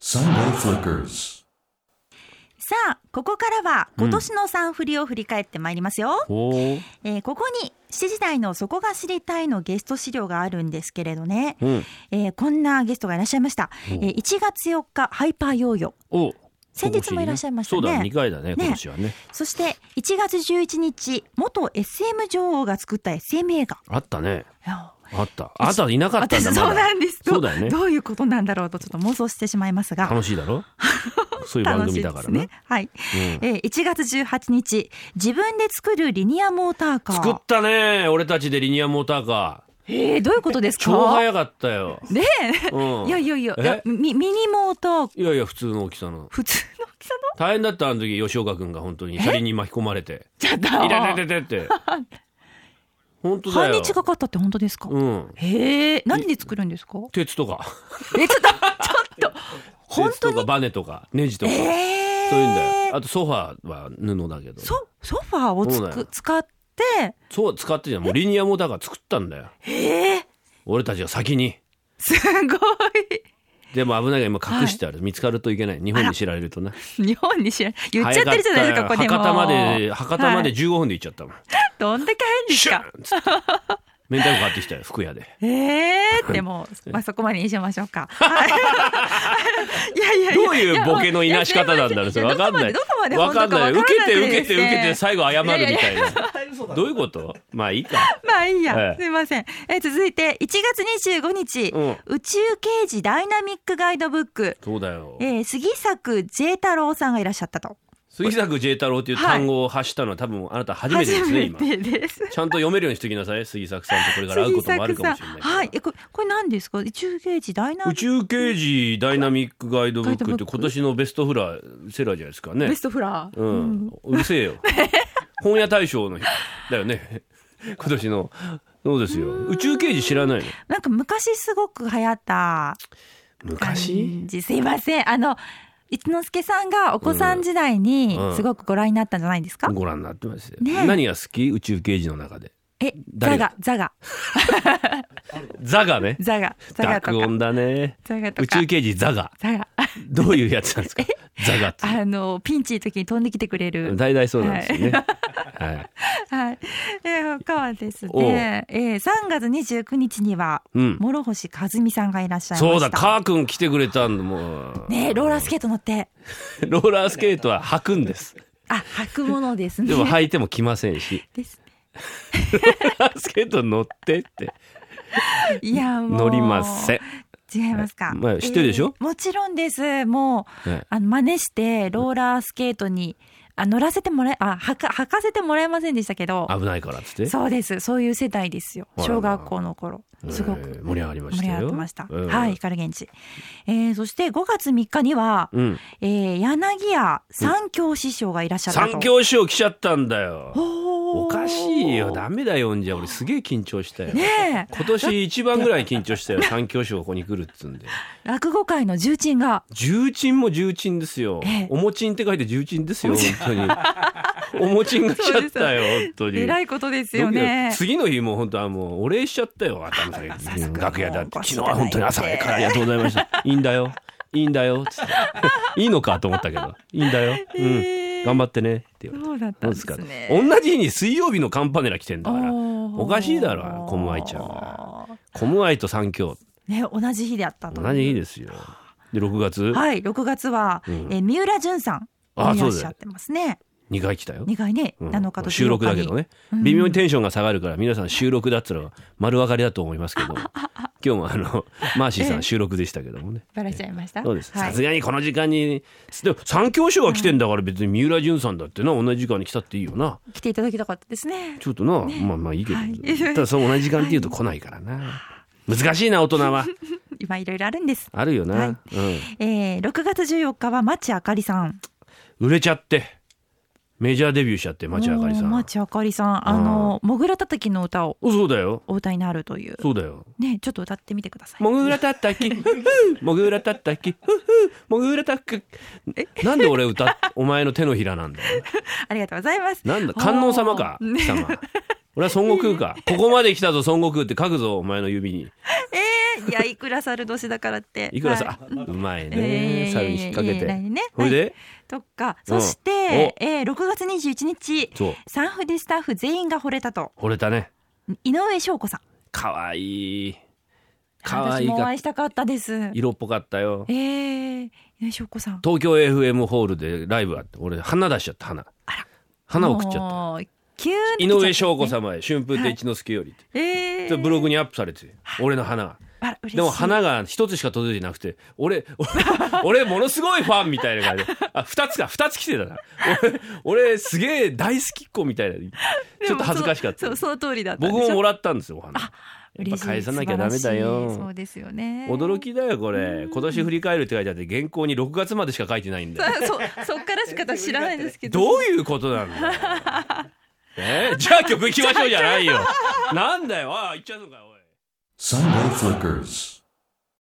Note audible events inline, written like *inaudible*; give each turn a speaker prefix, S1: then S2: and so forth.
S1: Sunday Flickers.
S2: さあここからは今年のサンフリを振り返ってまいりますよ、
S3: おー
S2: えーここに7時台の「そこが知りたい」のゲスト資料があるんですけれどね、
S3: うん
S2: えーこんなゲストがいらっしゃいました、え
S3: お
S2: ー1月4日ハイパーヨーヨー
S3: お
S2: 先日もいらっしゃいましたね
S3: そうだ、二回だね、今年はね。
S2: そして1月11日元 SM 女王が作った SM 映画
S3: あったね。
S2: いや
S3: あった。あったいなかったん
S2: 私
S3: だ。
S2: そう
S3: まだ
S2: なんです
S3: そうだよね
S2: どういうことなんだろうとちょっと妄想してしまいますが
S3: 楽しいだろそういう番組だから
S2: 楽しい
S3: ね
S2: です。はい、
S3: うん
S2: えー1月18日自分で作るリニアモーターカー
S3: 作ったね、俺たちでリニアモーターカー。
S2: えー、どういうことですか
S3: 超早かったよ。
S2: ね
S3: う
S2: え
S3: ん
S2: いやいやいや
S3: え
S2: いやミミニモーター
S3: いやいや、普通の大きさの。
S2: 普通の大きさ
S3: 大変だった、あの時、吉岡君が本当に車輪に巻き込まれて。
S2: のちょっ
S3: いらいらいらいらって。本当だ
S2: 半
S3: よ。
S2: 日かかったって本当ですか、
S3: うん。
S2: へえ何で作るんですか
S3: 鉄とか。
S2: えちょっとち
S3: *laughs*
S2: ょっと本
S3: 鉄
S2: 当
S3: とか
S2: に
S3: バネとか、ネジとか。
S2: ええ
S3: そういうんだよ。あとソファーは布だけど。
S2: ソソファーをつ
S3: そうだよ
S2: く使って
S3: そう使ってじゃんもうリニアモーターカー作ったんだよ
S2: ええ
S3: 俺たちが先に
S2: すご
S3: でも危ないが今隠してある、見つかるといけない日本に知られるとね
S2: い日本に知ら言っちゃってるじゃないですかここ
S3: 早
S2: でも
S3: かったよ博多まで博多まで
S2: はい
S3: 15分で行っちゃったもん、
S2: どんだけ早いんです
S3: シュ
S2: か
S3: ーンっつって明太子買ってきたよ服屋で
S2: ええー、でも、まあ、そこまでにしましょうか。 *laughs* はいいやいやいや
S3: どういうボケのいなし方なんだろうそれ分かんない
S2: どこまで
S3: 分かんない
S2: ど
S3: 受
S2: こまで
S3: け
S2: 本当
S3: て
S2: か
S3: 受けて受けて
S2: 分か
S3: 最後謝るみたいない
S2: や
S3: どういうことまあいいか
S2: らないですねまあいいや、
S3: ええ
S2: すみません。え続いて1月25日、
S3: うん
S2: 宇宙刑事ダイナミックガイドブック、
S3: そうだよ
S2: えー、杉作 J 太郎さんがいらっしゃったと。
S3: 杉作 J 太郎っていう単語を発したのは多分あなた初めてですね今
S2: 初めてです。
S3: ちゃんと読めるようにしてきなさい杉作さんとこれから会
S2: 杉
S3: うこともある
S2: 作
S3: か
S2: さ
S3: も
S2: ん、
S3: しれないから
S2: はい、えこれこれ何ですか？宇宙刑事ダイナミッ
S3: 宇
S2: ク
S3: 宙刑事ダイナミックガイドブ
S2: ガ
S3: ックっ
S2: イドブ
S3: て
S2: ック
S3: 今年のベストフラーセラーじゃないですかね
S2: ベス。トフラー。
S3: うん、うるせえ
S2: *laughs*
S3: よ。本屋大賞の日だよね。今年の。そうですよ。宇宙刑事知らないの。
S2: なんか昔すごく流行った
S3: 昔。
S2: 感じ。すいません、あの一之輔さんがお子さん時代に
S3: うん
S2: すごくご覧になったんじゃないですか？
S3: ご覧になってますよ。
S2: ねえ
S3: 何が好き宇宙刑事の中で。
S2: え、ザ
S3: 誰
S2: ガ、ザガ、
S3: ザガね。
S2: ザガ、ザガ
S3: 濁
S2: とか、
S3: 音だね。
S2: ザガと
S3: 宇
S2: か
S3: 宙、刑事ザガ。
S2: ザガ、 *laughs*
S3: どういうやつなんですか。ザガって。
S2: あのピンチの時に飛んできてくれる。
S3: 大々そうなんですよね。はい。
S2: はい。えー、他はですね、えー、3月29日には
S3: うん。
S2: 諸星和美さんがいらっしゃいました。
S3: そうだ、カー君来てくれたんだ、もう。
S2: ね、ローラースケート乗って、
S3: ローラースケートは履くんです。
S2: あ、履くものですね。
S3: でも履いても来ませ
S2: *laughs*
S3: んし。
S2: です
S3: ローラースケート乗ってって
S2: ね。いや、もう。
S3: 乗りません。
S2: 違いますか。
S3: まあ知ってるでしょ
S2: えーもちろんです。もう、
S3: ね
S2: あの、真似して、ローラースケートに、あ乗らせてもらえ、あ、はか、履かせてもらえませんでしたけど、
S3: 危ないからっつって。
S2: そうです。そういう世代ですよ。
S3: あらまあ
S2: 小学校の頃。すご
S3: え
S2: く
S3: ー。盛り上がりまし
S2: 盛
S3: た
S2: り
S3: よ。
S2: 上がってました。
S3: うん
S2: はい、。光源氏。えー、そして5月3日には、
S3: うん。
S2: えー、柳家三教師匠がいらっしゃったと。
S3: 三教師匠来ちゃったんだよ。
S2: おー
S3: おかしいよ。ダメだよ、んじゃ。俺すげえ緊張したよ。
S2: ねえ、
S3: 今年一番ぐらい緊張したよ。三教師匠ここに来るっつうんで。
S2: 落語界の重鎮が、
S3: 重鎮も重鎮ですよ
S2: ええ。
S3: おもちんって書いて重鎮ですよ、本当に。おもちんが来ちゃったよ、
S2: *laughs*
S3: 本当に。
S2: えらいことですよ
S3: ドキド
S2: ね
S3: キ。次の日もう本当はもうお礼しちゃったよ頭下げ
S2: *laughs*
S3: て楽屋だって
S2: もうお
S3: 昨
S2: 越し
S3: 日は本当に朝早くからありがとうございましたいいんだよいいんだよつっていいのかと思ったけどいいんだよ、
S2: へ
S3: う
S2: え
S3: ん頑張ってねって言われて
S2: そうだった
S3: ど
S2: んで
S3: うです
S2: す
S3: か
S2: ね。
S3: 同じ日に水曜日のカンパネラ来てんだから
S2: おー
S3: おかしいだろコムアイちゃんがコムアイと三教
S2: ね、同じ日であったと。
S3: 同じ日ですよで6月
S2: はい、6月は、
S3: うん
S2: えー三浦淳さん。
S3: あ
S2: い
S3: そ
S2: らっ
S3: うだよ
S2: しゃってますね。
S3: 2回来たよ
S2: 2回ね、
S3: うん
S2: 7日と
S3: 収録だけど
S2: ね。
S3: ね、微妙にテンションが下がるから皆さん収録だっつうのは丸分かりだと思いますけ
S2: *laughs*
S3: ど今日もあのマーシーさ
S2: え
S3: ん
S2: え
S3: 収録でしたけどもね。
S2: バラしちゃいました。
S3: そうです
S2: は
S3: さ
S2: い
S3: すがにこの時間にでも三教師匠が来てんだから別に三浦淳さんだってな同じ時間に来たっていいよな
S2: 来ていただきたかったですね。
S3: ちょっとな、まあまあいいけど、
S2: はい
S3: ただその同じ時間っていうと来ないからな、難しいな大
S2: *laughs*
S3: 人は
S2: 今いろいろあるんです。
S3: あるよな、
S2: はい
S3: うん、
S2: えー、6月14日は町あかりさん。
S3: 売れちゃってメジャーデビューしちゃって町あかりさ
S2: もうん町あかりさん、あの、もぐらたたきの歌を
S3: そうだよ
S2: お歌いになるという。
S3: そうだよ
S2: ね、ちょっと歌ってみてください。
S3: もぐらたた
S2: *laughs*
S3: き、ふっふーもぐらたたき、ふっふーもぐらたっき。なんで俺歌っ、お前の手のひらなんだよ。
S2: ありがとうございます。
S3: なんだ、観音様か、
S2: おー
S3: 貴
S2: ね
S3: 様。俺は孫
S2: *laughs*
S3: 悟空か。ここまで来たぞ、孫悟空って書くぞ、お前の指に。
S2: えー、いやいくら猿年だからって
S3: いくらさ、
S2: はい
S3: あうまい
S2: いやいやいやい
S3: ね
S2: や。
S3: 猿に引っ掛け
S2: いやいやい
S3: て。
S2: やね
S3: ほい
S2: は
S3: で、
S2: とかそして、
S3: お
S2: えー、6月21日
S3: そう、
S2: 産婦でスタッフ全員が惚れたと
S3: 惚れたね。
S2: 井上翔子さん
S3: かわいい。かわい
S2: 私
S3: い
S2: もお
S3: が
S2: 会い、したかったですえ
S3: 色っぽかったよ。
S2: ー、井上翔子さん
S3: 東京 FM ホールでライブあって、俺、花出しちゃった、花。
S2: あら
S3: 花を食っちゃった。
S2: もうキューンってきち
S3: 井
S2: ゃった
S3: 上翔子様へ、春風亭一之輔よりって。
S2: え
S3: ブログ
S2: に
S3: にアップされて、俺の花が。
S2: あら嬉しい
S3: でも花が一つしか届いてなくて、俺、 *laughs* 俺、俺ものすごいファンみたいな感じで。あ、二つか、二つ来てたな。俺、俺すげえ大好きっ子みたいな。ちょっと恥ずかしかった
S2: でも。そうそうその通りだった
S3: 僕もも
S2: ら
S3: らったんですよ、お花。やっぱ返さなきゃダメだ
S2: そう
S3: よ。
S2: ですよね
S3: 驚きだよ、これ。今年振り返るって書いてあって、原稿に6月までしか書いてないんだよ。
S2: *laughs* そうそっからしか私知らないですけど
S3: どういうことなん
S2: *laughs*
S3: だよ。えじゃあ曲いきましょうじゃないよ。なんだよ、ああ、行っちゃうのかよ、おい。
S1: Sunday Flickers.